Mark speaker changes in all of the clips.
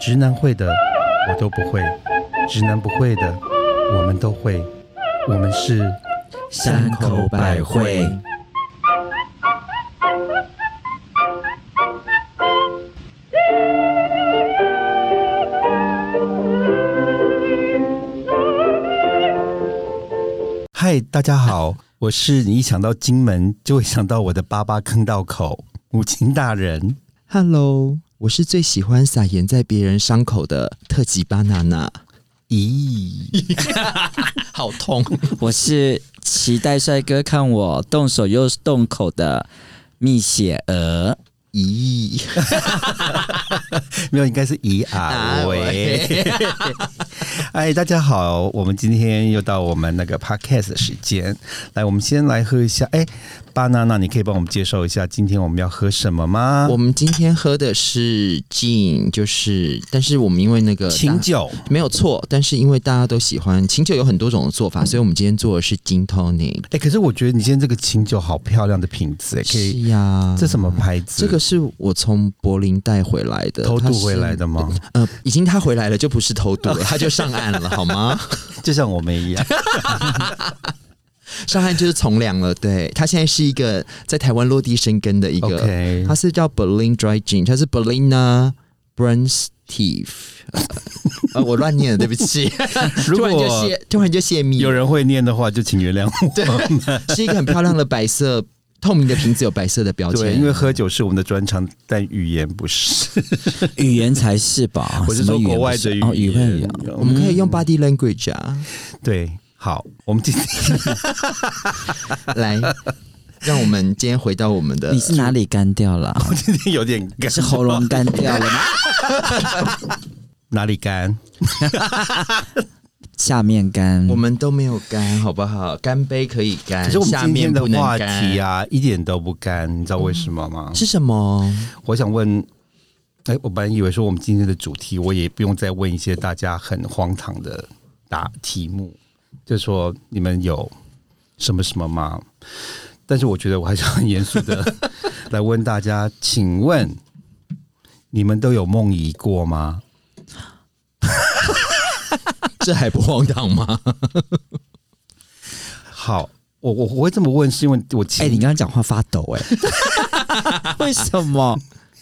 Speaker 1: 直男会的我都不会，直男不会的我们都会，我们是
Speaker 2: 山口百惠。
Speaker 1: 嗨，大家好，我是你一想到金门就会想到我的巴巴坑道口母亲大人。
Speaker 2: Hello，我是最喜欢撒盐在别人伤口的特级巴娜娜，
Speaker 1: 咦，
Speaker 2: 好 痛！
Speaker 3: 我是期待帅哥看我动手又动口的蜜雪儿。
Speaker 2: 咦，
Speaker 1: 没有，应该是咦啊 喂。嗨，大家好，我们今天又到我们那个 podcast 的时间，来，我们先来喝一下。哎，巴娜娜，你可以帮我们介绍一下今天我们要喝什么吗？
Speaker 2: 我们今天喝的是 gin，就是，但是我们因为那个
Speaker 1: 清酒。
Speaker 2: 没有错，但是因为大家都喜欢清酒，有很多种的做法，所以我们今天做的是 gin tonic。
Speaker 1: 哎、可是我觉得你今天这个清酒好漂亮的瓶子，哎，可以，
Speaker 2: 是呀，
Speaker 1: 这什么牌子？
Speaker 2: 这个是我从柏林带回来的，
Speaker 1: 偷
Speaker 2: 它
Speaker 1: 渡
Speaker 2: 是
Speaker 1: 回来的吗？
Speaker 2: 呃，已经他回来了，就不是偷渡
Speaker 1: 哦
Speaker 2: 了，他就上岸了，好吗？
Speaker 1: 就像我们一样，
Speaker 2: 上岸就是从良了。对他现在是一个在台湾落地生根的一个
Speaker 1: OK
Speaker 2: 他是叫 Berlin Dry Gin，他是 Berliner Brunstief。呃， 我乱念了，对不起。
Speaker 1: 如
Speaker 2: 突然就
Speaker 1: 果
Speaker 2: 泄，突然就泄密。
Speaker 1: 有人会念的话，就请原谅我。
Speaker 2: 是一个很漂亮的白色透明的瓶子，有白色的标签。
Speaker 1: 对，因为喝酒是我们的专长，但语言不是。
Speaker 3: 语言才是吧？
Speaker 1: 我是
Speaker 3: 什
Speaker 1: 说
Speaker 3: 么
Speaker 1: 国外
Speaker 3: 不
Speaker 1: 的
Speaker 3: 是哦，语
Speaker 1: 言。
Speaker 3: 言。
Speaker 2: 我们可以用 body language 啊，
Speaker 1: 对，好，我们今天
Speaker 2: 来，让我们今天回到我们的
Speaker 3: 你是哪里干掉了？
Speaker 1: 今天有点干，
Speaker 3: 是喉咙干掉了 吗？
Speaker 1: 哪里干？
Speaker 3: 下面干
Speaker 2: 我。们都没有干，好不好？干杯可以干，
Speaker 1: 可是我们
Speaker 2: 下
Speaker 1: 今
Speaker 2: 面
Speaker 1: 天的
Speaker 2: 不能
Speaker 1: 话
Speaker 2: 干
Speaker 1: 题啊，一点都不干，你知道为什么吗？
Speaker 2: 是什么？
Speaker 1: 我想问，哎、我本来以为说我们今天的主题，我也不用再问一些大家很荒唐的答题目，就说你们有什么什么吗？但是我觉得我还是很严肃的 来问大家，请问你们都有梦遗过吗？
Speaker 2: 这还不荒唐吗？
Speaker 1: 好，我我我会这么问，是因为我
Speaker 3: 哎、
Speaker 1: 前
Speaker 3: 你刚刚讲话发抖哎、 为什么？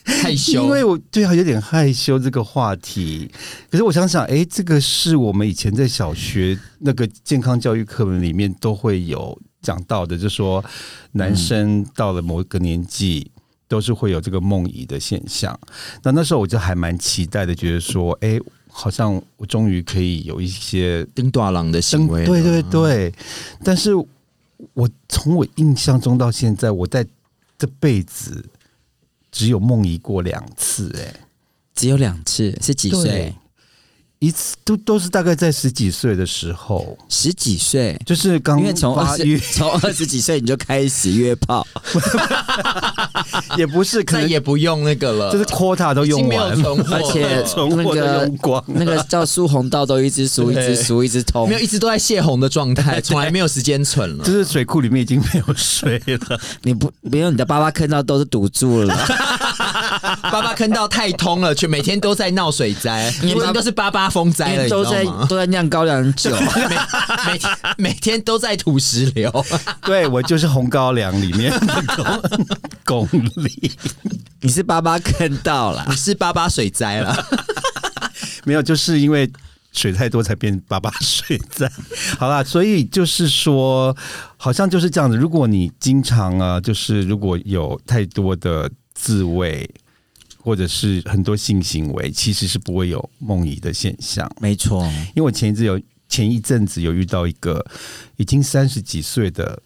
Speaker 2: 害羞，
Speaker 1: 因为我对啊有点害羞这个话题，可是我想想，哎、这个是我们以前在小学那个健康教育课本里面都会有讲到的，就说男生到了某一个年纪。
Speaker 2: 嗯
Speaker 1: 都是会有这个梦遗的现象，那那时候我就还蛮期待的，觉得说，哎、好像我终于可以有一些
Speaker 2: 丁大郎的行
Speaker 1: 登
Speaker 2: 为，
Speaker 1: 对对，对，但是我从我印象中到现在，我在这辈子只有梦遗过两次、哎，
Speaker 3: 只有两次，是几岁
Speaker 1: 对？一次都都是大概在十几岁的时候，
Speaker 3: 十几岁？
Speaker 1: 就是刚
Speaker 3: 因为从
Speaker 1: 发
Speaker 3: 二
Speaker 1: 育
Speaker 3: 十从二十几岁你就开始约 炮，
Speaker 1: 也不是，可
Speaker 2: 再
Speaker 1: 能
Speaker 2: 也不用那个了，
Speaker 1: 就是 quota 都
Speaker 2: 已
Speaker 1: 用
Speaker 2: 经没有
Speaker 1: 完，
Speaker 2: 存货
Speaker 3: 而
Speaker 2: 了，
Speaker 3: 且
Speaker 1: 存货都用光。
Speaker 3: 那个叫苏红道都一直数一直数一直通
Speaker 2: 没，有一直都在泄洪的状态，从来没有时间存了
Speaker 1: 就。是水库里面已经没有水了，
Speaker 3: 你不没有你的爸爸看到都是堵住 了。
Speaker 2: 爸爸坑道太通了，却每天都在闹水灾，
Speaker 3: 因
Speaker 2: 因
Speaker 3: 为
Speaker 2: 为都是八八风灾
Speaker 3: 因
Speaker 2: 了，
Speaker 3: 为
Speaker 2: 你知
Speaker 3: 都在
Speaker 2: 道吗？
Speaker 3: 都在酿高粱酒，
Speaker 2: 每每天每天都在土石流，
Speaker 1: 对我就是红高粱里面的 公公里，
Speaker 3: 你是爸爸看到了
Speaker 2: 你。是八八水灾了。
Speaker 1: 没有，就是因为水太多才变粑粑水灾。 好啦，所以就是说，好像就是这样子。如果你经常啊，就是如果有太多的自慰，或者是很多性行为，其实是不会有梦遗的现象。
Speaker 3: 没错，
Speaker 1: 因为我前一阵有前一阵子有遇到一个已经三十几岁的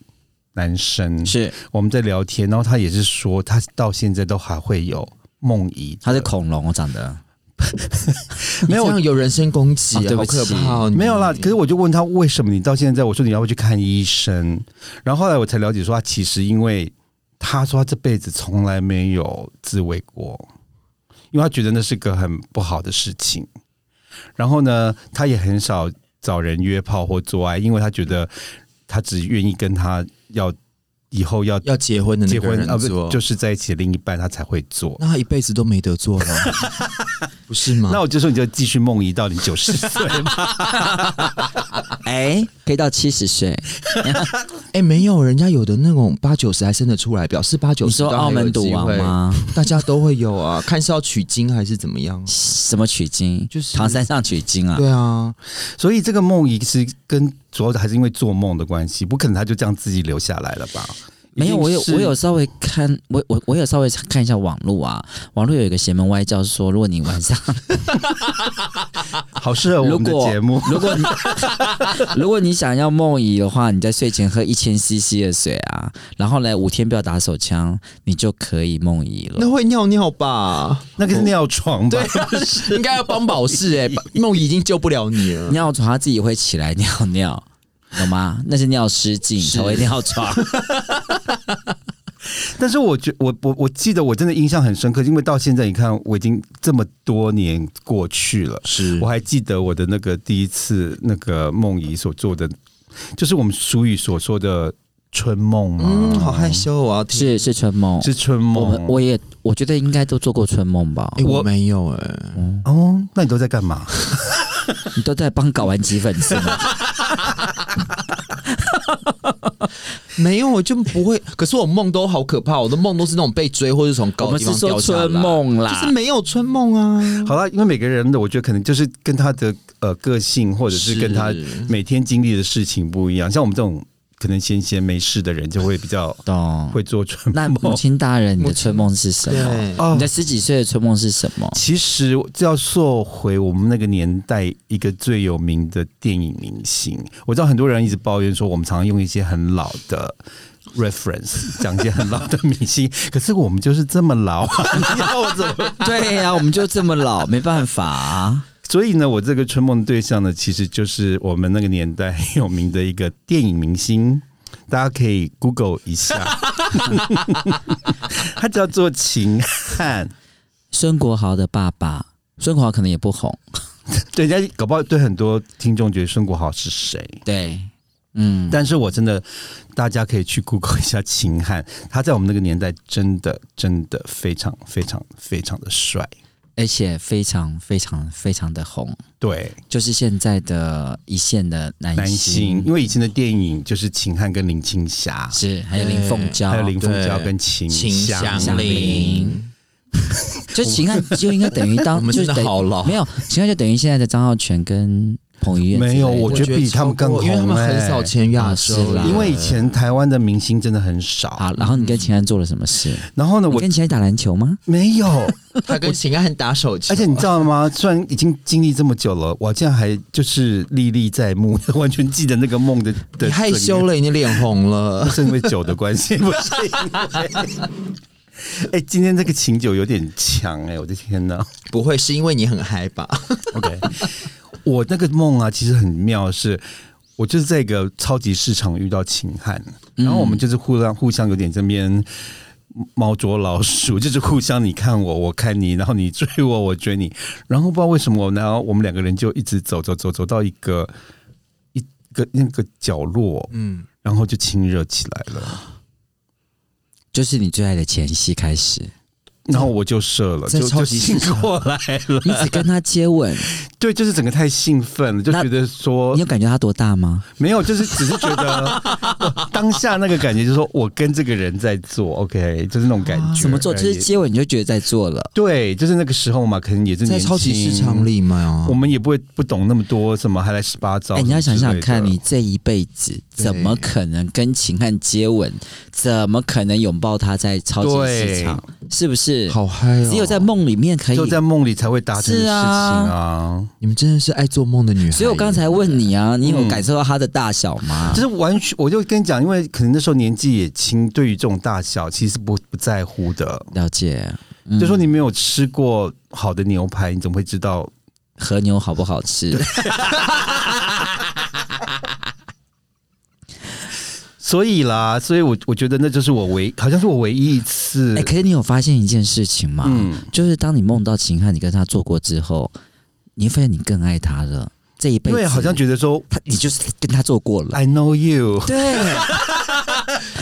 Speaker 1: 男生，
Speaker 3: 是
Speaker 1: 我们在聊天，然后他也是说，他到现在都还会有梦遗的，
Speaker 3: 他是恐龙，我长得
Speaker 1: 没有
Speaker 2: 这样有人身攻击
Speaker 3: 哦，对不
Speaker 2: 好
Speaker 3: 起
Speaker 2: 可怕哦！你
Speaker 1: 没有啦，可是我就问他为什么你到现在，我说你要不去看医生，然后后来我才了解说，他其实因为他说他这辈子从来没有自慰过，因为他觉得那是个很不好的事情。然后呢，他也很少找人约炮或做爱，因为他觉得他只愿意跟他要以后要
Speaker 2: 要结婚的那
Speaker 1: 结
Speaker 2: 个
Speaker 1: 婚啊，
Speaker 2: 人
Speaker 1: 不
Speaker 2: 做，
Speaker 1: 就是在一起的另一半，他才会做。
Speaker 2: 那他一辈子都没 得做了，不是吗？
Speaker 1: 那我就说，你就继续梦遗到你九十岁吧。
Speaker 3: 哎、可以到七十岁。
Speaker 2: 哎、没有，人家有的那种八九十还生得出来，表示八九
Speaker 3: 你
Speaker 2: 十
Speaker 3: 说澳门赌王？吗？
Speaker 2: 大家都会有啊，看是要取经还是怎么样？
Speaker 3: 什么取经？
Speaker 2: 就是
Speaker 3: 唐三藏取经啊。
Speaker 2: 对啊，
Speaker 1: 所以这个梦遗是跟主要还是因为做梦的关系，不可能他就这样自己留下来了吧？
Speaker 3: 没有，我有
Speaker 1: 一定是
Speaker 3: 我有稍微看，我我我有稍微看一下网络啊，网络有一个邪门歪教是说，如果你晚上，
Speaker 1: 好适合我们的
Speaker 3: 啊如果
Speaker 1: 节目。
Speaker 3: 如果你如果你想要梦遗的话，你在睡前喝一千 CC 的水啊，然后呢五天不要打手枪，你就可以梦遗
Speaker 2: 那
Speaker 3: 了。
Speaker 2: 会尿 尿吧？
Speaker 1: 那个是尿床吧？
Speaker 2: 应该要帮保释哎、梦怡已经救不了你了。
Speaker 3: 尿床它自己会起来尿尿，懂吗？那是尿失禁才会尿床。
Speaker 1: 但是我觉我我我记得我真的印象很深刻，因为到现在你看我已经这么多年过去了，
Speaker 2: 是
Speaker 1: 我还记得我的那个第一次那个梦怡所做的，就是我们俗语所说的春梦嘛，
Speaker 2: 嗯，好害羞啊！天
Speaker 3: 是是春梦，
Speaker 1: 是春
Speaker 3: 我们
Speaker 1: 梦。
Speaker 3: 我也我觉得应该都做过春梦吧。
Speaker 2: 哎、我
Speaker 1: 我
Speaker 2: 没有哎、
Speaker 1: 哦，那你都在干嘛？
Speaker 3: 你都在帮睾丸挤粉丝吗？
Speaker 2: 没有，我就不会。可是我梦都好可怕，我的梦都是那种被追或是从
Speaker 3: 我
Speaker 2: 高的
Speaker 3: 们
Speaker 2: 地
Speaker 3: 是
Speaker 2: 方掉
Speaker 3: 说
Speaker 2: 下来。
Speaker 3: 春梦
Speaker 2: 就
Speaker 3: 啦
Speaker 2: 是，没有春梦啊。
Speaker 1: 好了，因为每个人的我觉得可能就是跟他的呃个性，或者是跟他每天经历的事情不一样。像我们这种可能闲闲没事的人，就会比较
Speaker 3: 懂？
Speaker 1: 会做春
Speaker 3: 那
Speaker 1: 梦
Speaker 3: 母。亲大人，你的春梦是什么？
Speaker 2: 对，
Speaker 1: 哦
Speaker 3: 你的十几岁的春梦是什 么？
Speaker 1: 其实这要说回我们那个年代，一个最有名的电影明星，我知道很多人一直抱怨说，我们常常用一些很老的 reference 讲一些很老的明星， 可是我们就是这么老啊， 你要我怎么？
Speaker 3: 对呀、我们就这么老，没办法、啊。
Speaker 1: 所以呢，我这个春梦对象呢，其实就是我们那个年代很有名的一个电影明星。大家可以 Google 一下， 他叫做秦汉，
Speaker 3: 孙国豪的爸爸，孙国豪可能也不红。
Speaker 1: 对人家搞不好对很多听众觉得孙国豪是谁，
Speaker 3: 对，嗯，
Speaker 1: 但是我真的，大家可以去 Google 一下秦汉，他在我们那个年代真的真的非常非常非常的帅。
Speaker 3: 而且非常非常非常的红，
Speaker 1: 对，
Speaker 3: 就是现在的一线的男
Speaker 1: 男
Speaker 3: 星
Speaker 1: 星，因为以前的电影就是秦汉跟林青霞，
Speaker 3: 是，啊还有林凤娇，
Speaker 1: 还有林凤
Speaker 2: 对
Speaker 1: 娇跟秦
Speaker 2: 秦
Speaker 1: 香
Speaker 2: 香
Speaker 1: 菱
Speaker 2: 菱。
Speaker 3: 林，就秦汉就应该等于
Speaker 2: 我
Speaker 3: 当，
Speaker 2: 们
Speaker 3: 就
Speaker 2: 真的
Speaker 3: 等于
Speaker 2: 好啊老
Speaker 3: 没。有秦汉就等于现在的张浩全跟彭于晏之类的，
Speaker 1: 没有我觉得比他们更红欸
Speaker 2: 因为他们很少签亚
Speaker 3: 啊是
Speaker 2: 洲
Speaker 3: 啦，
Speaker 1: 因为以前台湾的明星真的很少，
Speaker 3: 好。然后你跟秦汉做了什么事？
Speaker 1: 然后呢，嗯
Speaker 3: 你
Speaker 1: 我
Speaker 3: 跟秦汉打篮球吗？
Speaker 1: 没 有，
Speaker 2: 他跟秦汉打手球，
Speaker 1: 而且你知道吗？虽然已经经历这么久了，我竟然还就是历历在目， 完全记得那个梦的的
Speaker 2: 你害羞了，你脸红了
Speaker 1: 不。是因为酒的关系， 不是因为。 哎、今天这个琴酒有点强哎、我的天哪
Speaker 2: 不会是因为你很嗨吧？
Speaker 1: ！OK，我那个梦啊，其实很妙是，我就是在一个超级市场遇到秦汉，然后我们就是互相互相有点这边猫捉老鼠，就是互相你看我，我看你，然后你追我，我追你，然后不知道为什么，然后我们两个人就一直走走走走到一个一个那个角落，
Speaker 2: 嗯，
Speaker 1: 然后就亲热起来了。
Speaker 3: 就是你最爱的前戏 开始，
Speaker 1: 然后我就射了，
Speaker 2: 嗯在
Speaker 1: 就
Speaker 2: 超
Speaker 1: 就
Speaker 2: 级
Speaker 1: 醒
Speaker 2: 市场
Speaker 1: 过来了。
Speaker 3: 你只跟他接吻，
Speaker 1: 对，就是整个太兴奋了，就
Speaker 3: 那
Speaker 1: 觉得说
Speaker 3: 你有感觉他多大吗？
Speaker 1: 没有，就是只是觉 得我当下那个感觉，就是说我跟这个人在做，OK，就是那种感觉而已。
Speaker 3: 啊怎么做？就是接吻你就觉得在做了，
Speaker 1: 对，就是那个时候嘛，可能也是
Speaker 2: 在
Speaker 1: 年轻
Speaker 2: 超级市场，里哦嘛
Speaker 1: 我，们也不会不懂那么多，什么还来十八招
Speaker 3: 啊哎、
Speaker 1: 什么之
Speaker 3: 你
Speaker 1: 类的。
Speaker 3: 要想想看，你这一辈子怎么可能跟秦汉接吻？怎么可能拥抱他在超级市场？是不是？
Speaker 2: 好嗨哦！
Speaker 3: 只有在梦里面可以。
Speaker 1: 就在梦里才会达成的事
Speaker 3: 是
Speaker 1: 情
Speaker 3: 啊
Speaker 1: 啊，
Speaker 2: 你们真的是爱做梦的女孩。
Speaker 3: 所以我刚才问你啊，你有感受到他的大小吗？
Speaker 1: 就是完全，我就跟你讲，因为可能那时候年纪也轻，对于这种大小其实不不在乎的。
Speaker 3: 了解，嗯
Speaker 1: 就说你没有吃过好的牛排，你怎么会知道
Speaker 3: 和牛好不好吃？
Speaker 1: 所以啦，所以我我觉得那就是我唯好像是我唯一一次，
Speaker 3: 哎、可是你有发现一件事情吗？
Speaker 1: 嗯，
Speaker 3: 就是当你梦到秦汉，你跟他做过之后，你会发现你更爱他了。这一辈
Speaker 1: 因
Speaker 3: 子，
Speaker 1: 为好像觉得说
Speaker 3: 他，你就是跟他做过了。
Speaker 1: I know you，
Speaker 3: 对，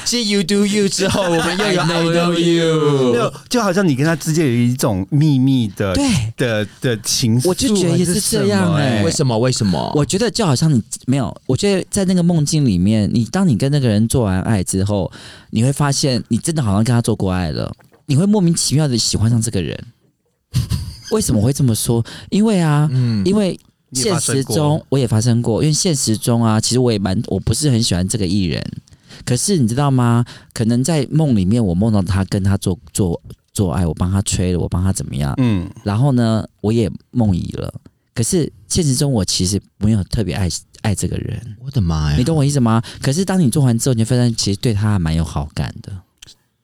Speaker 2: 是 You do you 之后，我们又 有
Speaker 3: I
Speaker 2: I
Speaker 3: know
Speaker 2: know
Speaker 1: 没
Speaker 2: you。
Speaker 1: 有，就好像你跟他之间有一种秘密的
Speaker 3: 对
Speaker 1: 的的情愫，
Speaker 3: 我就觉得也是这样
Speaker 1: 还是什么
Speaker 3: 哎
Speaker 1: 哎、
Speaker 2: 为什么？为什么？
Speaker 3: 我觉得就好像你没有，我觉得在那个梦境里面，你当你跟那个人做完爱之后，你会发现你真的好像跟他做过爱了，你会莫名其妙的喜欢上这个人。为什么会这么说？因为啊，
Speaker 2: 嗯
Speaker 3: 因为
Speaker 1: 你也
Speaker 3: 现
Speaker 1: 发生
Speaker 3: 实
Speaker 1: 过
Speaker 3: 中我也发生过，因为现实中啊，其实我也蛮我不是很喜欢这个艺人，可是你知道吗？可能在梦里面，我梦到他跟他做做做爱，我帮他吹了，我帮他怎么样，
Speaker 1: 嗯，
Speaker 3: 然后呢，我也梦遗了。可是现实中，我其实没有特别爱爱这个人，
Speaker 2: 我的妈
Speaker 1: 嗯
Speaker 2: 呀！
Speaker 3: 你懂我意思吗？可是当你做完之后，你就发现其实对他还蛮有好感的。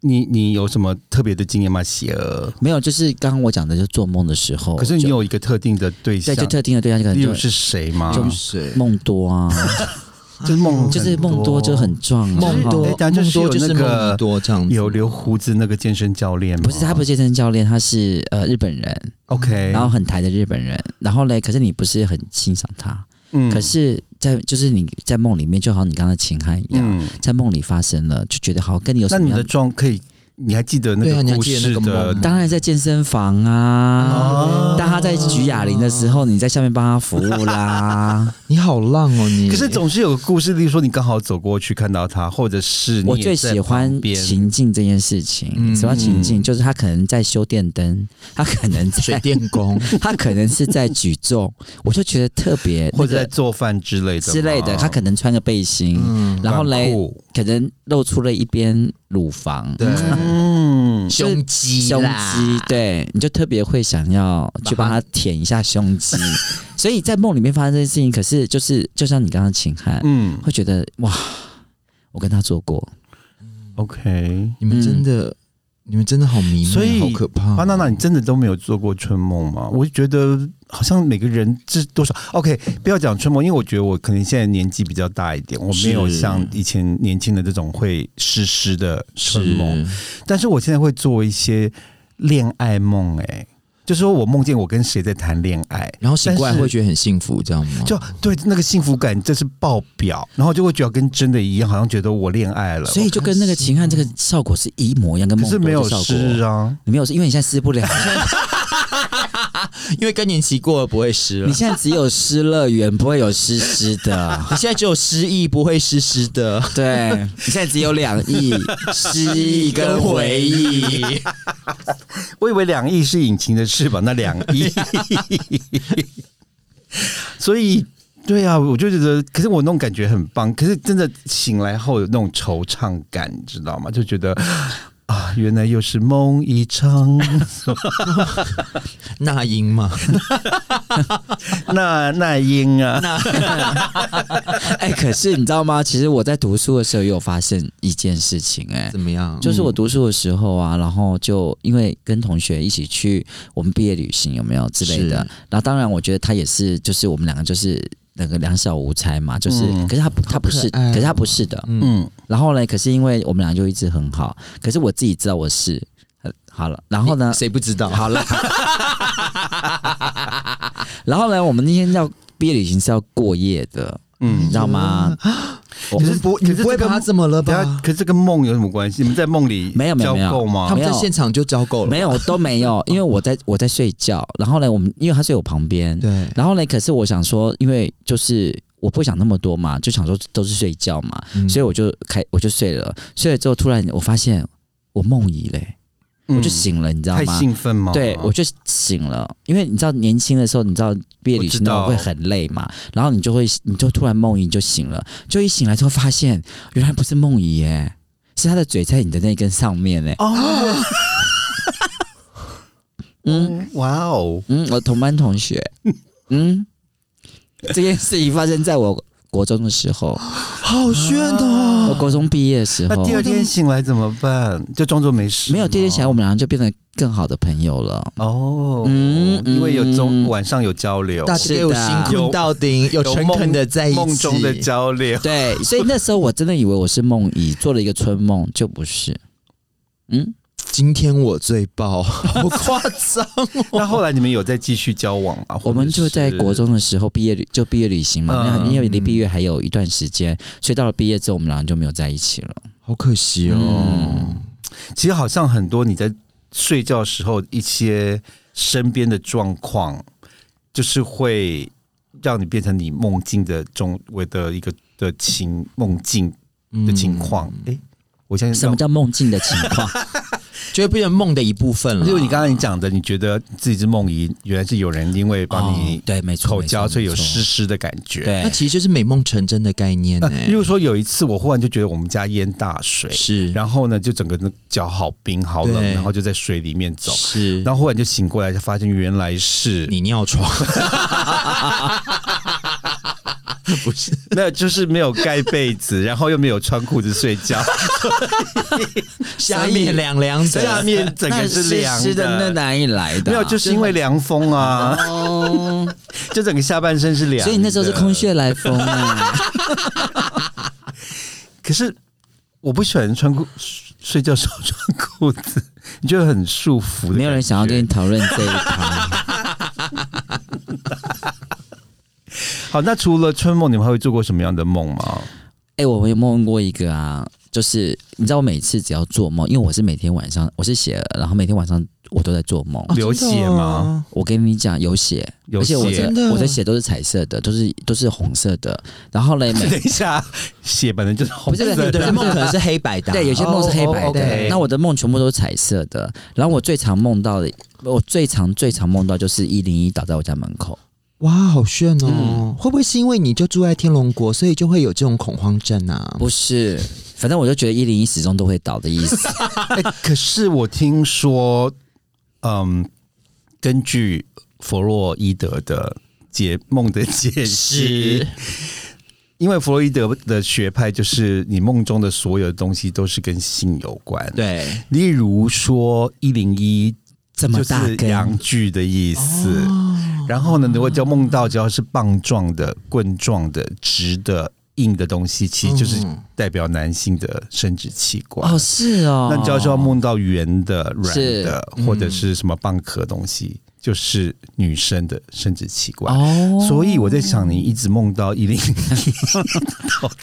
Speaker 1: 你你有什么特别的经验吗？邪恶？
Speaker 3: 没有，就是刚刚我讲的，就做梦的时候，
Speaker 1: 可是你
Speaker 3: 哦就
Speaker 1: 有一个特定的对
Speaker 3: 对
Speaker 1: 象，
Speaker 3: 就特定的对象，就可
Speaker 1: 例
Speaker 3: 能
Speaker 1: 如
Speaker 3: 就是
Speaker 1: 谁吗？
Speaker 2: 就
Speaker 1: 就是
Speaker 3: 梦多啊，
Speaker 1: 是梦，
Speaker 3: 就是梦多就很壮啊、
Speaker 2: 梦多，
Speaker 1: 哎
Speaker 2: 梦
Speaker 1: 等下就是
Speaker 2: 多
Speaker 1: 有
Speaker 2: 就
Speaker 1: 那
Speaker 2: 是
Speaker 1: 个
Speaker 2: 梦多这样子。
Speaker 1: 有留胡子那个健身教练吗？
Speaker 3: 不是他不是健身教练，他是呃日本人，
Speaker 1: OK，
Speaker 3: 然后很台的日本人，然后嘞，可是你不是很欣赏他，
Speaker 1: 嗯
Speaker 3: 可是在就是你在梦里面，就好像你刚刚的秦汉一样，
Speaker 1: 嗯，
Speaker 3: 在梦里发生了，就觉得好啊跟你有什
Speaker 1: 那
Speaker 3: 么
Speaker 1: 你
Speaker 3: 样
Speaker 1: 的妆可以，你还记得那
Speaker 2: 对啊你
Speaker 1: 个
Speaker 2: 还
Speaker 1: 故
Speaker 2: 记得那
Speaker 1: 事
Speaker 2: 个
Speaker 1: 的
Speaker 2: 梦吗
Speaker 3: 当然在健身房啊。
Speaker 1: 哦
Speaker 3: 当他在举哑铃的时候，你在下面帮他服务 啦。
Speaker 2: 你好浪哦，
Speaker 3: 嗯
Speaker 2: 你。
Speaker 1: 可是总是有个故事，例如说你刚好走过去看到他，或者是你
Speaker 3: 我
Speaker 1: 也
Speaker 3: 最
Speaker 1: 在
Speaker 3: 喜欢
Speaker 1: 旁边
Speaker 3: 情境这件事情。
Speaker 2: 嗯
Speaker 3: 什么叫情境？就是他可能在修电灯，他可能
Speaker 2: 水
Speaker 3: 在，
Speaker 2: 电工，
Speaker 3: 他可能是在举重，我就觉得特别
Speaker 1: 或者
Speaker 3: 那
Speaker 1: 在
Speaker 3: 个
Speaker 1: 做饭之类的吗
Speaker 3: 之类的。他可能穿个背心，
Speaker 2: 嗯，
Speaker 3: 然后
Speaker 1: 短
Speaker 3: 嘞，
Speaker 1: 裤
Speaker 3: 可能露出了一边乳房、
Speaker 1: 对，嗯，
Speaker 2: 胸肌
Speaker 3: 胸
Speaker 2: 啦
Speaker 3: 肌，，对，你就特别会想要去帮他舔一下胸 肌。所以在梦里面发生这件事情，可是就是就像你刚刚秦汉，
Speaker 1: 嗯
Speaker 3: 会觉得哇，我跟他做过，
Speaker 1: ，OK。
Speaker 2: 你们真的，你们真的好迷
Speaker 1: 嗯所以
Speaker 2: 茫，好可怕。
Speaker 1: 巴娜啊娜，你真的都没有做过春梦吗？我觉得好像每个人这多少 OK，不要讲春梦，因为我觉得我可能现在年纪比较大一点，我没有
Speaker 2: 是
Speaker 1: 像以前年轻的这种会湿湿的春梦。但是我现在会做一些恋爱梦、哎，就说我梦见我跟谁在谈恋爱，
Speaker 2: 然后醒过来
Speaker 1: 但是
Speaker 2: 会觉得很幸福，这样吗？
Speaker 1: 就对那个幸福感真是爆表，然后就会觉得跟真的一样，好像觉得我恋爱了，
Speaker 3: 所以就跟那个秦汉这个效果是一模一样，跟
Speaker 1: 可
Speaker 3: 梦
Speaker 1: 是
Speaker 3: 多
Speaker 1: 没有
Speaker 3: 的效果
Speaker 1: 湿啊。
Speaker 3: 你没有，因为你现在湿不 了，
Speaker 2: 因为更年期过了不会湿了
Speaker 3: 你，现在只有湿乐园，不会有湿湿的。
Speaker 2: 你现在只有失忆，不会湿湿的。
Speaker 3: 对你现在只有两 亿，失忆跟回忆。
Speaker 1: 我以为两亿是引擎的翅膀，那两亿， 所以对啊，我就觉得，可是我那种感觉很棒，可是真的醒来后有那种惆怅感，你知道吗？就觉得啊，原来又是梦一场。
Speaker 2: 那英嘛，
Speaker 1: 那那英啊，
Speaker 3: 哎、可是你知道吗？其实我在读书的时候也有发现一件事情、哎。
Speaker 2: 怎么样？
Speaker 3: 就是我读书的时候啊，然后就因为跟同学一起去我们毕业旅行有没有之类的，
Speaker 2: 是
Speaker 3: 然后当然我觉得他也是，就是我们两个就是那个两小无猜嘛，就是、
Speaker 1: 嗯
Speaker 3: 可是他不他不是，
Speaker 2: 可爱哦
Speaker 3: 可是他不是的，
Speaker 2: 嗯，
Speaker 1: 嗯，
Speaker 3: 然后呢，可是因为我们俩就一直很好，可是我自己知道我是，呃好了，然后呢，
Speaker 2: 谁不知道？好了，
Speaker 3: 然后呢，我们那天要毕业旅行是要过夜的，
Speaker 1: 嗯
Speaker 3: 你知道吗？我
Speaker 1: 可是
Speaker 2: 不，
Speaker 1: 可
Speaker 2: 你
Speaker 1: 是
Speaker 2: 不会
Speaker 1: 这
Speaker 2: 把
Speaker 1: 个
Speaker 2: 他怎么了
Speaker 1: 等下
Speaker 2: 吧？
Speaker 1: 可是这跟梦有什么关系？你们在梦里
Speaker 3: 没有没有没有
Speaker 1: 交够吗
Speaker 2: 他？们在
Speaker 3: 没有
Speaker 2: 现场就交够了，
Speaker 3: 没有都没有，因为我在我在睡觉，然后呢，我们因为他睡我旁边，
Speaker 2: 对，
Speaker 3: 然后呢，可是我想说，因为就是我不想那么多嘛，就想说都是睡觉嘛，
Speaker 2: 嗯
Speaker 3: 所以我就开我就睡了，睡了之后突然我发现我梦遗嘞、
Speaker 1: 嗯
Speaker 3: 我就醒了，你知道
Speaker 1: 太
Speaker 3: 吗？
Speaker 1: 兴奋吗？
Speaker 3: 对，我就醒了，因为你知道年轻的时候，你知道毕业旅
Speaker 1: 我
Speaker 3: 行
Speaker 1: 知道
Speaker 3: 都会很累嘛，然后你就会你就突然梦遗就醒了，就一醒来之后发现原来不是梦遗耶，是他的嘴在你的那根上面哎，
Speaker 1: 哦，
Speaker 3: 嗯
Speaker 1: 哇哦，
Speaker 3: 嗯，我同班同 学，嗯，这件事情发生在我国中的 时候，
Speaker 2: 好炫哦！
Speaker 3: 我国中毕业的时
Speaker 1: 那
Speaker 3: 候
Speaker 1: 第，二天醒来怎么办？就装作没事吗？
Speaker 3: 没有第二天起来，我们两个就变得更好的朋友了，
Speaker 1: 哦，
Speaker 3: 嗯嗯
Speaker 1: 因为有中晚上有交流，
Speaker 2: 大家有辛苦到顶，有诚恳的在一起，
Speaker 1: 梦中的交 流。
Speaker 3: 对，所以那时候我真的以为我是梦遗，做了一个春梦，就不是，嗯。
Speaker 2: 今天我最爆， 好夸张！
Speaker 1: 那后来你们有再继续交往 吗？
Speaker 3: 我们就在国
Speaker 1: 中，
Speaker 3: 中的时候毕业旅就毕业旅行嘛，
Speaker 1: 嗯
Speaker 3: 那因为离毕业还有一段时间，所以到了毕业之后，我们两个就没有在一起了。
Speaker 2: 好可惜
Speaker 1: 嗯
Speaker 2: 哦。
Speaker 1: 其实好像很多你在睡觉时候一些身边的状况，就是会让你变成你梦境的中我的一个的情梦境
Speaker 2: 嗯
Speaker 1: 的情况。哎、我相信
Speaker 3: 什么叫梦境的情 况？哦
Speaker 2: 就会变成梦的一部分了。
Speaker 1: 就是你刚刚你讲的，你觉得自己是梦遗，原来是有人因为帮你
Speaker 3: 哦对没错
Speaker 1: 口
Speaker 3: 没错
Speaker 1: 交，所以有
Speaker 3: 没错
Speaker 1: 湿湿的感觉。
Speaker 3: 对
Speaker 2: 哎那其实就是美梦成真的概念呢、哎
Speaker 1: 呃，例如说有一次，我忽然就觉得我们家淹大水，
Speaker 2: 是，
Speaker 1: 然后呢，就整个那脚好冰好冷，
Speaker 2: 对
Speaker 1: 然后就在水里面走，
Speaker 2: 是，
Speaker 1: 然后忽然就醒过来，就发现原来是
Speaker 2: 你尿床，不是
Speaker 1: 那就是没有盖被子，然后又没有穿裤子睡觉，
Speaker 2: 下面凉凉
Speaker 1: 下
Speaker 2: 的，
Speaker 1: 面整
Speaker 3: 那
Speaker 1: 个是
Speaker 3: 湿
Speaker 1: 凉
Speaker 3: 湿的那哪里来
Speaker 1: 没
Speaker 3: 的啊？
Speaker 1: 有，就是因为凉风啊，
Speaker 3: 哦，
Speaker 1: 就整个下半身是凉。
Speaker 3: 所以你那时候是空，穴来风 啊。
Speaker 1: 可是我不喜欢穿裤 睡睡觉时候穿裤子，你觉得很束缚的感觉。
Speaker 3: 没有人想要跟你讨论这一趴。
Speaker 1: 好。那除了春梦，你们还会做过什么样的梦吗？
Speaker 3: 哎、我有梦过一个啊，就是你知道，我每次只要做梦，因为我是每天晚上我是写了，然后每天晚上我都在做梦。
Speaker 1: 流血吗？
Speaker 3: 我跟你讲，有血，
Speaker 1: 有
Speaker 3: 而且我
Speaker 1: 血
Speaker 2: 真的
Speaker 3: 的我的血都是彩色的，都是都是红色的。然 后嘞，每
Speaker 1: 等一下，血本来就是红
Speaker 3: 不是
Speaker 1: 色
Speaker 2: 对
Speaker 1: 的，
Speaker 2: 对，梦可能是黑白的啊，
Speaker 3: 对，有些梦是黑白
Speaker 1: 哦哦
Speaker 3: 的
Speaker 1: ，OK，
Speaker 3: 那我的梦全部都是彩色的。然后我最常梦到的，我最常最常梦到就是一零一倒在我家门口。
Speaker 2: 哇，好炫哦、
Speaker 3: 嗯
Speaker 2: 会不会是因为你就住在天龙国，所以就会有这种恐慌症
Speaker 1: 嗯
Speaker 2: 啊？
Speaker 3: 不是，反正我就觉得一零一始终都会倒的意思。
Speaker 1: 哎，可是我听说，嗯，根据弗洛伊德的解梦的解释，因为弗洛伊德的学派就是你梦中的所有东西都是跟性有关，，
Speaker 2: 对，
Speaker 1: 例如说一零一
Speaker 3: 这么
Speaker 1: 就
Speaker 3: 大
Speaker 1: 是
Speaker 3: 根，哦
Speaker 1: 阳具的意思。然后呢，如果叫梦到只要是棒状的、棍状的、直的、硬的东西，其实就是
Speaker 2: 嗯
Speaker 1: 代表男性的生殖器官。
Speaker 3: 哦，是哦，
Speaker 1: 那你只要是要梦到圆的、软
Speaker 3: 是嗯
Speaker 1: 的，或者是什么蚌壳东西，就是女生的生殖器官。
Speaker 3: 哦，
Speaker 1: 所以我在想，你一直梦到一零，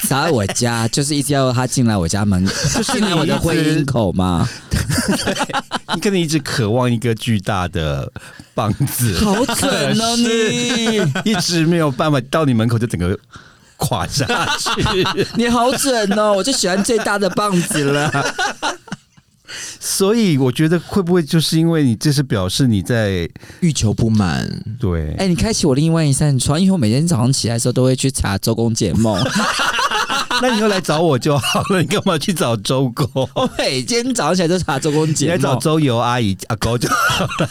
Speaker 3: 砸在我家， 就是一直要他进来我家门，就是进来我的
Speaker 1: 你一
Speaker 3: 会
Speaker 1: 直
Speaker 3: 阴口嘛，
Speaker 1: 你可能一直渴望一个巨大的棒子，
Speaker 3: 好准哦 你，
Speaker 1: 一直没有办法到你门口就整个垮下去。
Speaker 3: 你好准哦，我就喜欢最大的棒子了。
Speaker 1: 所以我觉得会不会就是因为你这是表示你在
Speaker 2: 欲求不满，
Speaker 1: 对？
Speaker 3: 哎、你开启我另外一扇窗，因为我每天早上起来的时候都会去查周公解 梦，
Speaker 1: 那你就来找我就好了，你干嘛去找周公？
Speaker 3: 我每天早上起来都查周 公
Speaker 1: 你
Speaker 3: 解
Speaker 1: 来
Speaker 3: 梦
Speaker 1: 找。周游阿姨阿狗就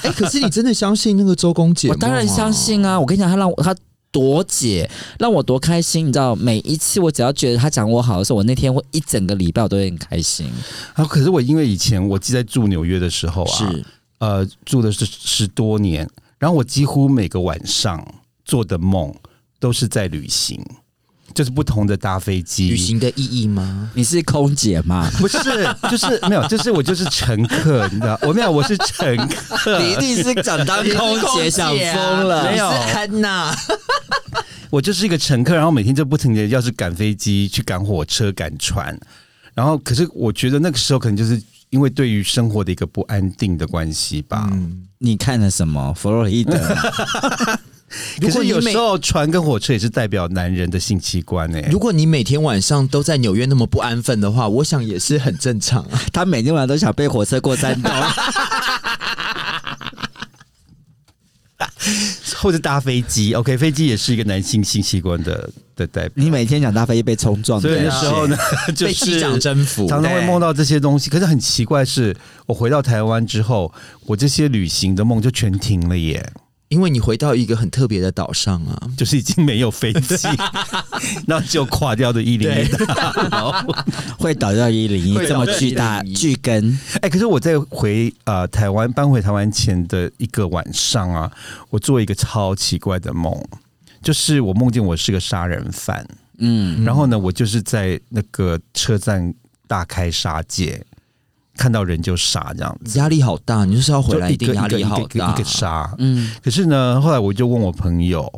Speaker 2: 哎、可是你真的相信那个周公解、
Speaker 3: 我当然相，信啊！我跟你讲，他让我他多解，让我多开心。你知道，每一次我只要觉得他讲我好的时候，我那天会一整个礼拜我都会很开心。
Speaker 1: 啊，可是我因为以前我记在住纽约的时候啊，
Speaker 2: 是
Speaker 1: 呃住的是十多年，然后我几乎每个晚上做的梦都是在旅行，就是不同的搭飞机。
Speaker 2: 旅行的意义吗？
Speaker 3: 你是空姐吗？
Speaker 1: 不是，就是没有，就是我就是乘客，你知道，我没有，我是乘客，
Speaker 3: 你一定是想当空姐想疯了，
Speaker 1: 没 有
Speaker 2: 你是安娜，
Speaker 1: 我就是一个乘客，然后每天就不停的要是赶飞机、去赶火车、赶船，然后可是我觉得那个时候可能就是因为对于生活的一个不安定的关系吧。
Speaker 3: 你看了什么？弗洛伊德？
Speaker 1: 可是有
Speaker 2: 如果你每
Speaker 1: 时候船跟火车也是代表男人的性器官欸诶、
Speaker 2: 如果你每天晚上都在纽约那么不安分的话，我想也是很正常啊。
Speaker 3: 他每天晚上都想被火车过山洞。
Speaker 1: 或者搭飞机，OK，飞机也是一个男性性器官的的代表。
Speaker 3: 你每天想搭飞机被冲
Speaker 2: 嗯
Speaker 3: 撞
Speaker 1: 所以
Speaker 3: 的
Speaker 2: 啊
Speaker 1: 那时候呢， 就
Speaker 2: 被机
Speaker 1: 是
Speaker 2: 长征服，
Speaker 1: 常常会梦到这些东西。可是很奇怪是，我回到台湾之后，我这些旅行的梦就全停了耶，
Speaker 2: 因为你回到一个很特别的岛上啊。
Speaker 1: 就是已经没有飞机， 那就垮掉的一零一。
Speaker 3: 会倒掉一零一
Speaker 1: 会
Speaker 3: 这
Speaker 1: 倒
Speaker 3: 么
Speaker 1: 掉
Speaker 3: 巨大
Speaker 2: 101
Speaker 3: 巨根，
Speaker 1: 哎，可是我在回呃台湾搬回台湾前的一个晚上啊，我做一个超奇怪的梦，就是我梦见我是个杀人犯。
Speaker 3: 嗯，
Speaker 1: 然后呢，我就是在那个车站大开杀戒，看到人就杀这样子，
Speaker 2: 压力好大，你就是要回来，
Speaker 1: 就一
Speaker 2: 定
Speaker 1: 个
Speaker 2: 压
Speaker 1: 一个
Speaker 2: 力
Speaker 1: 一个
Speaker 2: 好
Speaker 1: 一个
Speaker 2: 大。啊
Speaker 1: 一个 杀。
Speaker 3: 嗯，
Speaker 1: 可是呢，后来我就问我朋友，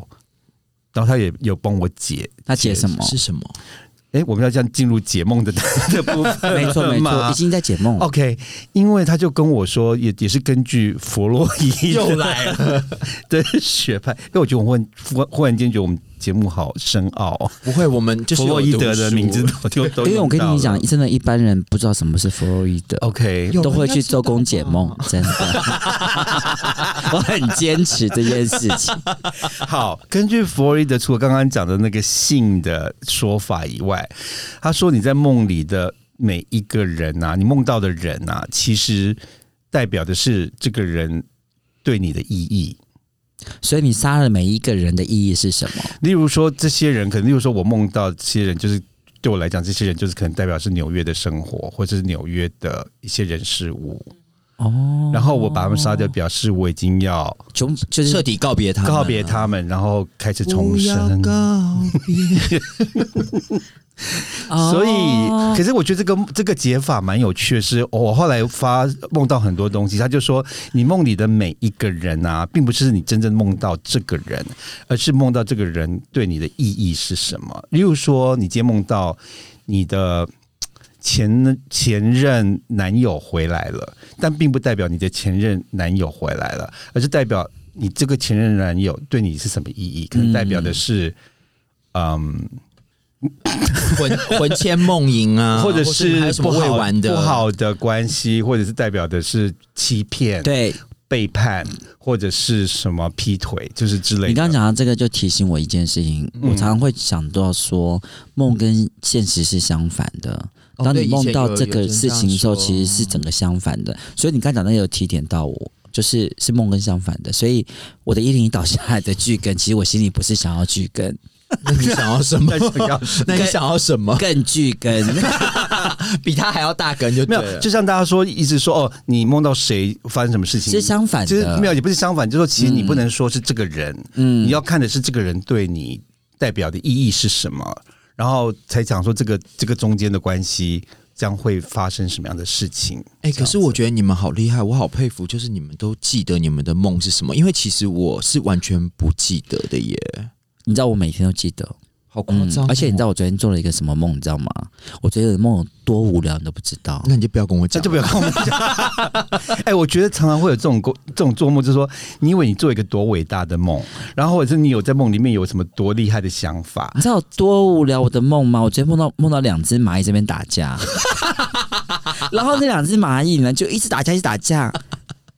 Speaker 1: 然后他也有帮我解，
Speaker 3: 他解什么？
Speaker 2: 是什么？
Speaker 1: 哎，我们要这样进入解梦的 的部分
Speaker 3: 没错
Speaker 1: 了
Speaker 3: 没
Speaker 1: 吗
Speaker 3: 错，已经在解梦了。
Speaker 1: OK，因为他就跟我说，也也是根据弗洛伊德
Speaker 3: 来了，
Speaker 1: 的学派，因为我觉得我忽然忽忽然间觉得我们节目好深奥哦，
Speaker 2: 不会，我们就是
Speaker 1: 弗
Speaker 2: 有
Speaker 1: 洛伊德
Speaker 2: 读
Speaker 1: 的
Speaker 2: 书
Speaker 1: 名字都都都
Speaker 3: 因为我
Speaker 1: 用
Speaker 3: 跟
Speaker 1: 到
Speaker 3: 你
Speaker 1: 了哦
Speaker 3: 讲，真的，一般人不知道什么是弗洛伊德，
Speaker 1: ，OK，
Speaker 2: 有
Speaker 3: 都
Speaker 2: 人
Speaker 3: 会
Speaker 2: 要
Speaker 3: 去
Speaker 2: 知
Speaker 3: 做
Speaker 2: 道
Speaker 3: 工解
Speaker 2: 吧
Speaker 3: 梦，真的。 我很坚持这件事情。
Speaker 1: 好，根据弗洛伊德除了刚刚讲的那个性的说法以外，他说你在梦里的每一个人啊，你梦到的人啊，其实代表的是这个人对你的意义。
Speaker 3: 所以你杀了每一个人的意义是什么？
Speaker 1: 例如说，这些人可能，例如说我梦到这些人，就是对我来讲，这些人就是可能代表是纽约的生活，或者是纽约的一些人事物。
Speaker 3: 哦，
Speaker 1: 然后我把他们杀掉，表示我已经要
Speaker 3: 就就是
Speaker 2: 彻底告别他们啊，
Speaker 1: 告别他们，然后开始重
Speaker 2: 不要
Speaker 1: 生。
Speaker 2: 告别。
Speaker 3: 哦
Speaker 1: 所以，可是我觉得这个这个解法蛮有趣的是，我后来发梦到很多东西，他就说，你梦里的每一个人啊，并不是你真正梦到这个人，而是梦到这个人对你的意义是什么。例如说，你今天梦到你的前前任男友回来了，但并不代表你的前任男友回来了，而是代表你这个前任男友对你是什么意义？可能代表的是，嗯
Speaker 2: 魂魂牵梦萦啊，
Speaker 1: 或者
Speaker 2: 是还有什
Speaker 1: 不
Speaker 2: 么未
Speaker 1: 好
Speaker 2: 完的
Speaker 1: 不好的关系，或者是代表的是欺骗、
Speaker 3: 对
Speaker 1: 背叛，或者是什么劈腿，就是之类的。
Speaker 3: 你刚刚讲到这个，就提醒我一件事情，
Speaker 2: 嗯
Speaker 3: 我常常会想到说，梦跟现实是相反的。
Speaker 2: 哦
Speaker 3: 当
Speaker 2: 对
Speaker 3: 你梦
Speaker 2: 以前
Speaker 3: 到
Speaker 2: 有
Speaker 3: 这
Speaker 2: 有
Speaker 3: 个
Speaker 2: 人这
Speaker 3: 事
Speaker 2: 样
Speaker 3: 情的时候，
Speaker 2: 说
Speaker 3: 其实是整个相反的。所以你刚讲那个有提点到我，就是是梦跟相反的。所以我的一零一倒下来的剧根，其实我心里不是想要剧根，
Speaker 2: 那你想要什么
Speaker 1: 那？想要
Speaker 2: 那你想要什么？
Speaker 3: 更剧 根。
Speaker 2: 比他还要大根就
Speaker 1: 没
Speaker 2: 对了
Speaker 1: 有，就像大家说，一直说哦，你梦到谁发生什么事情
Speaker 3: 是相反的
Speaker 1: 其实没有，也不是相反，就是说其实你不能说是这个人，
Speaker 3: 嗯
Speaker 1: 你要看的是这个人对你代表的意义是什么，然后才讲说这个这个中间的关系将会发生什么样的事情。
Speaker 2: 哎、可是我觉得你们好厉害，我好佩服，就是你们都记得你们的梦是什么，因为其实我是完全不记得的耶，
Speaker 1: 哦
Speaker 3: 你知道我每天都记得，嗯
Speaker 2: 好夸张哦、
Speaker 3: 而且你知道我昨天做了一个什么梦，你知道吗？我昨天的梦有多无聊，你都不知道。
Speaker 2: 那你就不要跟我
Speaker 1: 这
Speaker 2: 讲，
Speaker 1: 就不要跟我们讲。 哎、我觉得常常会有这种过这种做梦，就是说，你以为你做一个多伟大的梦，然后或者是你有在梦里面有什么多厉害的想法，
Speaker 3: 你知道有多无聊我的梦吗？我昨天梦到梦到两只蚂蚁这边打 架，然后那两只蚂蚁呢就一直打架，一直打架，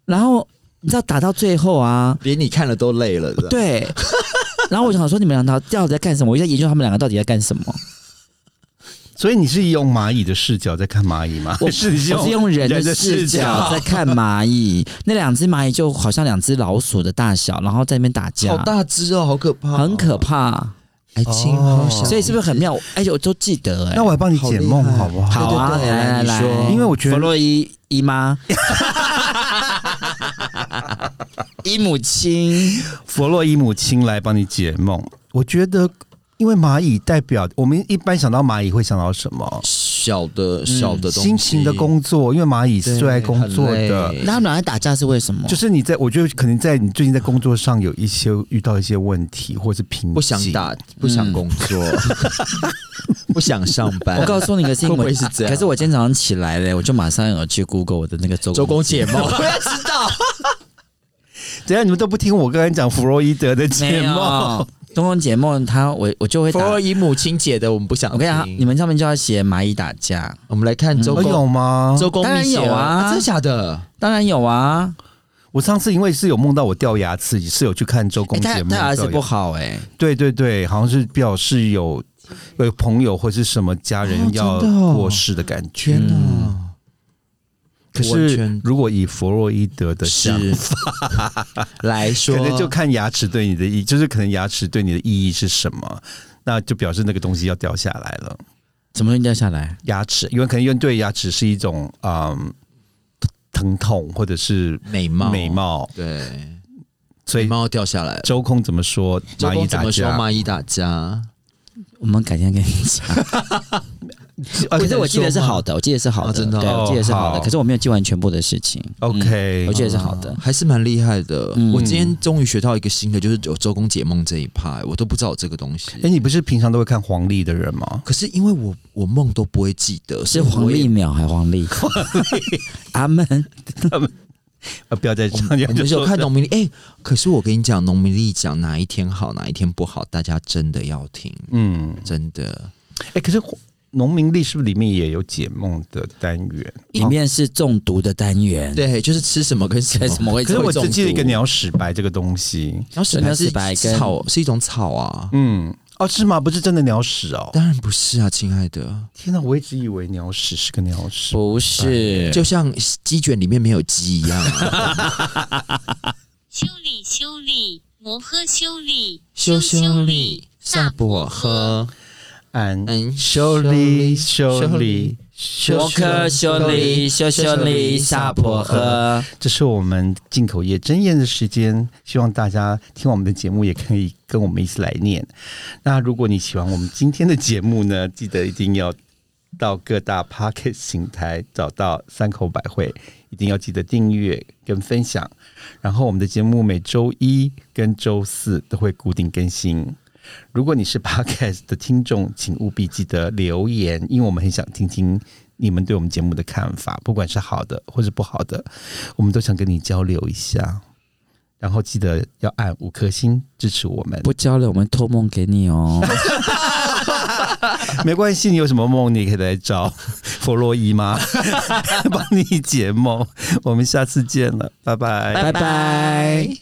Speaker 3: 然后你知道打到最后啊，
Speaker 2: 连你看了都累了。对，
Speaker 3: 对，然后我想说你们两个到底在干什么？我就在研究他们两个到底在干什么。
Speaker 1: 所以你是用蚂蚁的视角在看蚂蚁吗？
Speaker 3: 我
Speaker 1: 是你
Speaker 3: 我是用人的视角在看蚂蚁，那两只蚂蚁就好像两只老鼠的大小，然后在那边打架
Speaker 2: 好，大只哦，好可怕、
Speaker 3: 很可。怕。
Speaker 2: 爱情好
Speaker 1: 哦
Speaker 2: 想，
Speaker 3: 所以是不是很妙？而且我都记得哎、
Speaker 1: 那我来帮你解梦好不好？
Speaker 3: 好啊，
Speaker 2: 对对对
Speaker 3: 来来
Speaker 2: 你
Speaker 3: 来，
Speaker 2: 说
Speaker 1: 因为我觉得
Speaker 3: 弗洛伊姨妈、姨母亲，
Speaker 1: 弗洛伊母亲来帮你解梦，我觉得。因为蚂蚁代表我们一般想到蚂蚁会想到什么？
Speaker 2: 小的小的东西，
Speaker 1: 辛勤的工作，因为蚂蚁是最爱工作的
Speaker 2: 很。累
Speaker 3: 那他们俩在打架是为什么？
Speaker 1: 就是你在，我觉得可能在你最近在工作上有一些遇到一些问题，或是瓶颈，
Speaker 2: 不想打，不想工作，不想上班。
Speaker 3: 我告诉你个新
Speaker 2: 会
Speaker 3: 闻，
Speaker 2: 不会是这样
Speaker 3: 可是我今天早上起来嘞，我就马上有去 Google 我的那个周
Speaker 2: 周公解梦，
Speaker 3: 我要知道
Speaker 1: 等一下你们都不听我刚才讲弗洛伊德的
Speaker 3: 没
Speaker 1: 节目
Speaker 3: 有。周公解梦，他我我就会
Speaker 2: 弗
Speaker 3: 打。
Speaker 2: 洛伊母亲解的，我们不想听。
Speaker 3: 我跟你讲，你们上面就要写蚂蚁打架，
Speaker 2: 我们来看周
Speaker 1: 哦、有
Speaker 2: 公，
Speaker 1: 吗？
Speaker 2: 周公
Speaker 3: 当然
Speaker 2: 密写
Speaker 3: 有啊
Speaker 2: 真的假的？
Speaker 3: 当然有啊。
Speaker 1: 我上次因为是有梦到我掉牙齿，是有去看周公
Speaker 3: 欸、他
Speaker 1: 节目。
Speaker 3: 他儿子
Speaker 1: 掉牙
Speaker 3: 不好哎、
Speaker 1: 对对对，好像是表示有有朋友或是什么家
Speaker 2: 哦
Speaker 1: 人
Speaker 2: 真的
Speaker 1: 要
Speaker 2: 哦
Speaker 1: 过世的哦感觉。嗯
Speaker 2: 天哪！
Speaker 1: 可
Speaker 2: 完
Speaker 1: 是
Speaker 2: 全
Speaker 1: 如果以弗洛伊德的想
Speaker 2: 是来
Speaker 1: 可
Speaker 2: 说，
Speaker 1: 能就看牙齿对你的意，就是可能牙齿对你的意义是什么，那就表示那个东西要掉下来了。
Speaker 3: 什么东西掉下来？
Speaker 1: 牙齿，因为可能因为对牙齿是一种嗯疼痛或者是
Speaker 2: 美貌，
Speaker 1: 美，貌，
Speaker 2: 对，
Speaker 1: 所
Speaker 2: 美
Speaker 1: 以
Speaker 2: 貌掉下来了。
Speaker 1: 周空怎么说
Speaker 2: 周
Speaker 1: 蚂蚁
Speaker 2: 公怎
Speaker 1: 打
Speaker 2: 么说
Speaker 1: 架？
Speaker 2: 蚂蚁打架？
Speaker 3: 我们改天跟你讲。
Speaker 1: 啊
Speaker 3: 可是我记得是好的，我记得是好
Speaker 2: 啊
Speaker 3: 的，
Speaker 2: 真的哦
Speaker 3: 对，我记得是好的。
Speaker 1: 好
Speaker 3: 可是我没有记完全部的事情，
Speaker 1: ，OK，
Speaker 3: 我觉得是好
Speaker 1: 哦
Speaker 3: 的
Speaker 2: 啊。还是蛮厉害的。
Speaker 3: 嗯
Speaker 2: 我今天终于学到一个新的，就是有周公解梦这一派，我都不知道有这个东西。
Speaker 1: 哎，你不是平常都会看黄历的人吗？
Speaker 2: 可是因为我我梦都不会记得，
Speaker 3: 是
Speaker 2: 所以
Speaker 3: 黄
Speaker 2: 我也
Speaker 3: 历秒还黄历？ 阿门。
Speaker 1: 哦啊，不要再这
Speaker 2: 我
Speaker 1: 样，
Speaker 2: 们
Speaker 1: 你
Speaker 2: 我们
Speaker 1: 就
Speaker 2: 就有
Speaker 1: 说
Speaker 2: 看农民历，哎、可是我跟你讲，农民历讲哪一天好，哪一天不好，大家真的要听，
Speaker 1: 嗯，
Speaker 2: 真的。
Speaker 1: 哎，可是农民历是不是里面也有解梦的单元？
Speaker 3: 里面是中毒的单元，
Speaker 2: 对，就是吃什么跟什么。
Speaker 3: 为什么会
Speaker 1: 可是我
Speaker 3: 中
Speaker 1: 只记得一个
Speaker 3: 毒
Speaker 1: 鸟屎白这个东西，
Speaker 2: 然后屎白
Speaker 3: 鸟屎
Speaker 2: 是
Speaker 3: 白跟
Speaker 2: 草，是一种草啊。
Speaker 1: 嗯，哦，是吗？不是真的鸟屎哦。
Speaker 2: 当然不是啊，亲爱的，
Speaker 1: 天哪，我一直以为鸟屎是个鸟屎。
Speaker 3: 不是，
Speaker 2: 就像鸡卷里面没有鸡一样、 啊。
Speaker 4: 修理修理，摩诃修理，
Speaker 2: 修修理，
Speaker 4: 萨
Speaker 2: 萨
Speaker 4: 婆
Speaker 2: 婆
Speaker 4: 诃。
Speaker 2: 诃。
Speaker 1: 安
Speaker 2: 嗯
Speaker 1: 修理修理修
Speaker 3: 摩诃修利修修利萨婆 诃，
Speaker 1: 这是我们进口业真言的时间，希望大家听完我们的节目也可以跟我们一起来念。那如果你喜欢我们今天的节目呢，记得一定要到各大 Pocket 平台找到三口百惠，一定要记得订阅跟分享。然后我们的节目每周一跟周四都会固定更新。如果你是 Podcast 的听众，请务必记得留言，因为我们很想听听你们对我们节目的看法，不管是好的或是不好的，我们都想跟你交流一下。然后记得要按五颗星支持我们，
Speaker 3: 不交了，我们托梦给 你哦。
Speaker 1: 没关系，你有什么梦，你也可以来找 弗洛伊妈 帮你解梦。我们下次见了，拜拜
Speaker 3: 拜拜。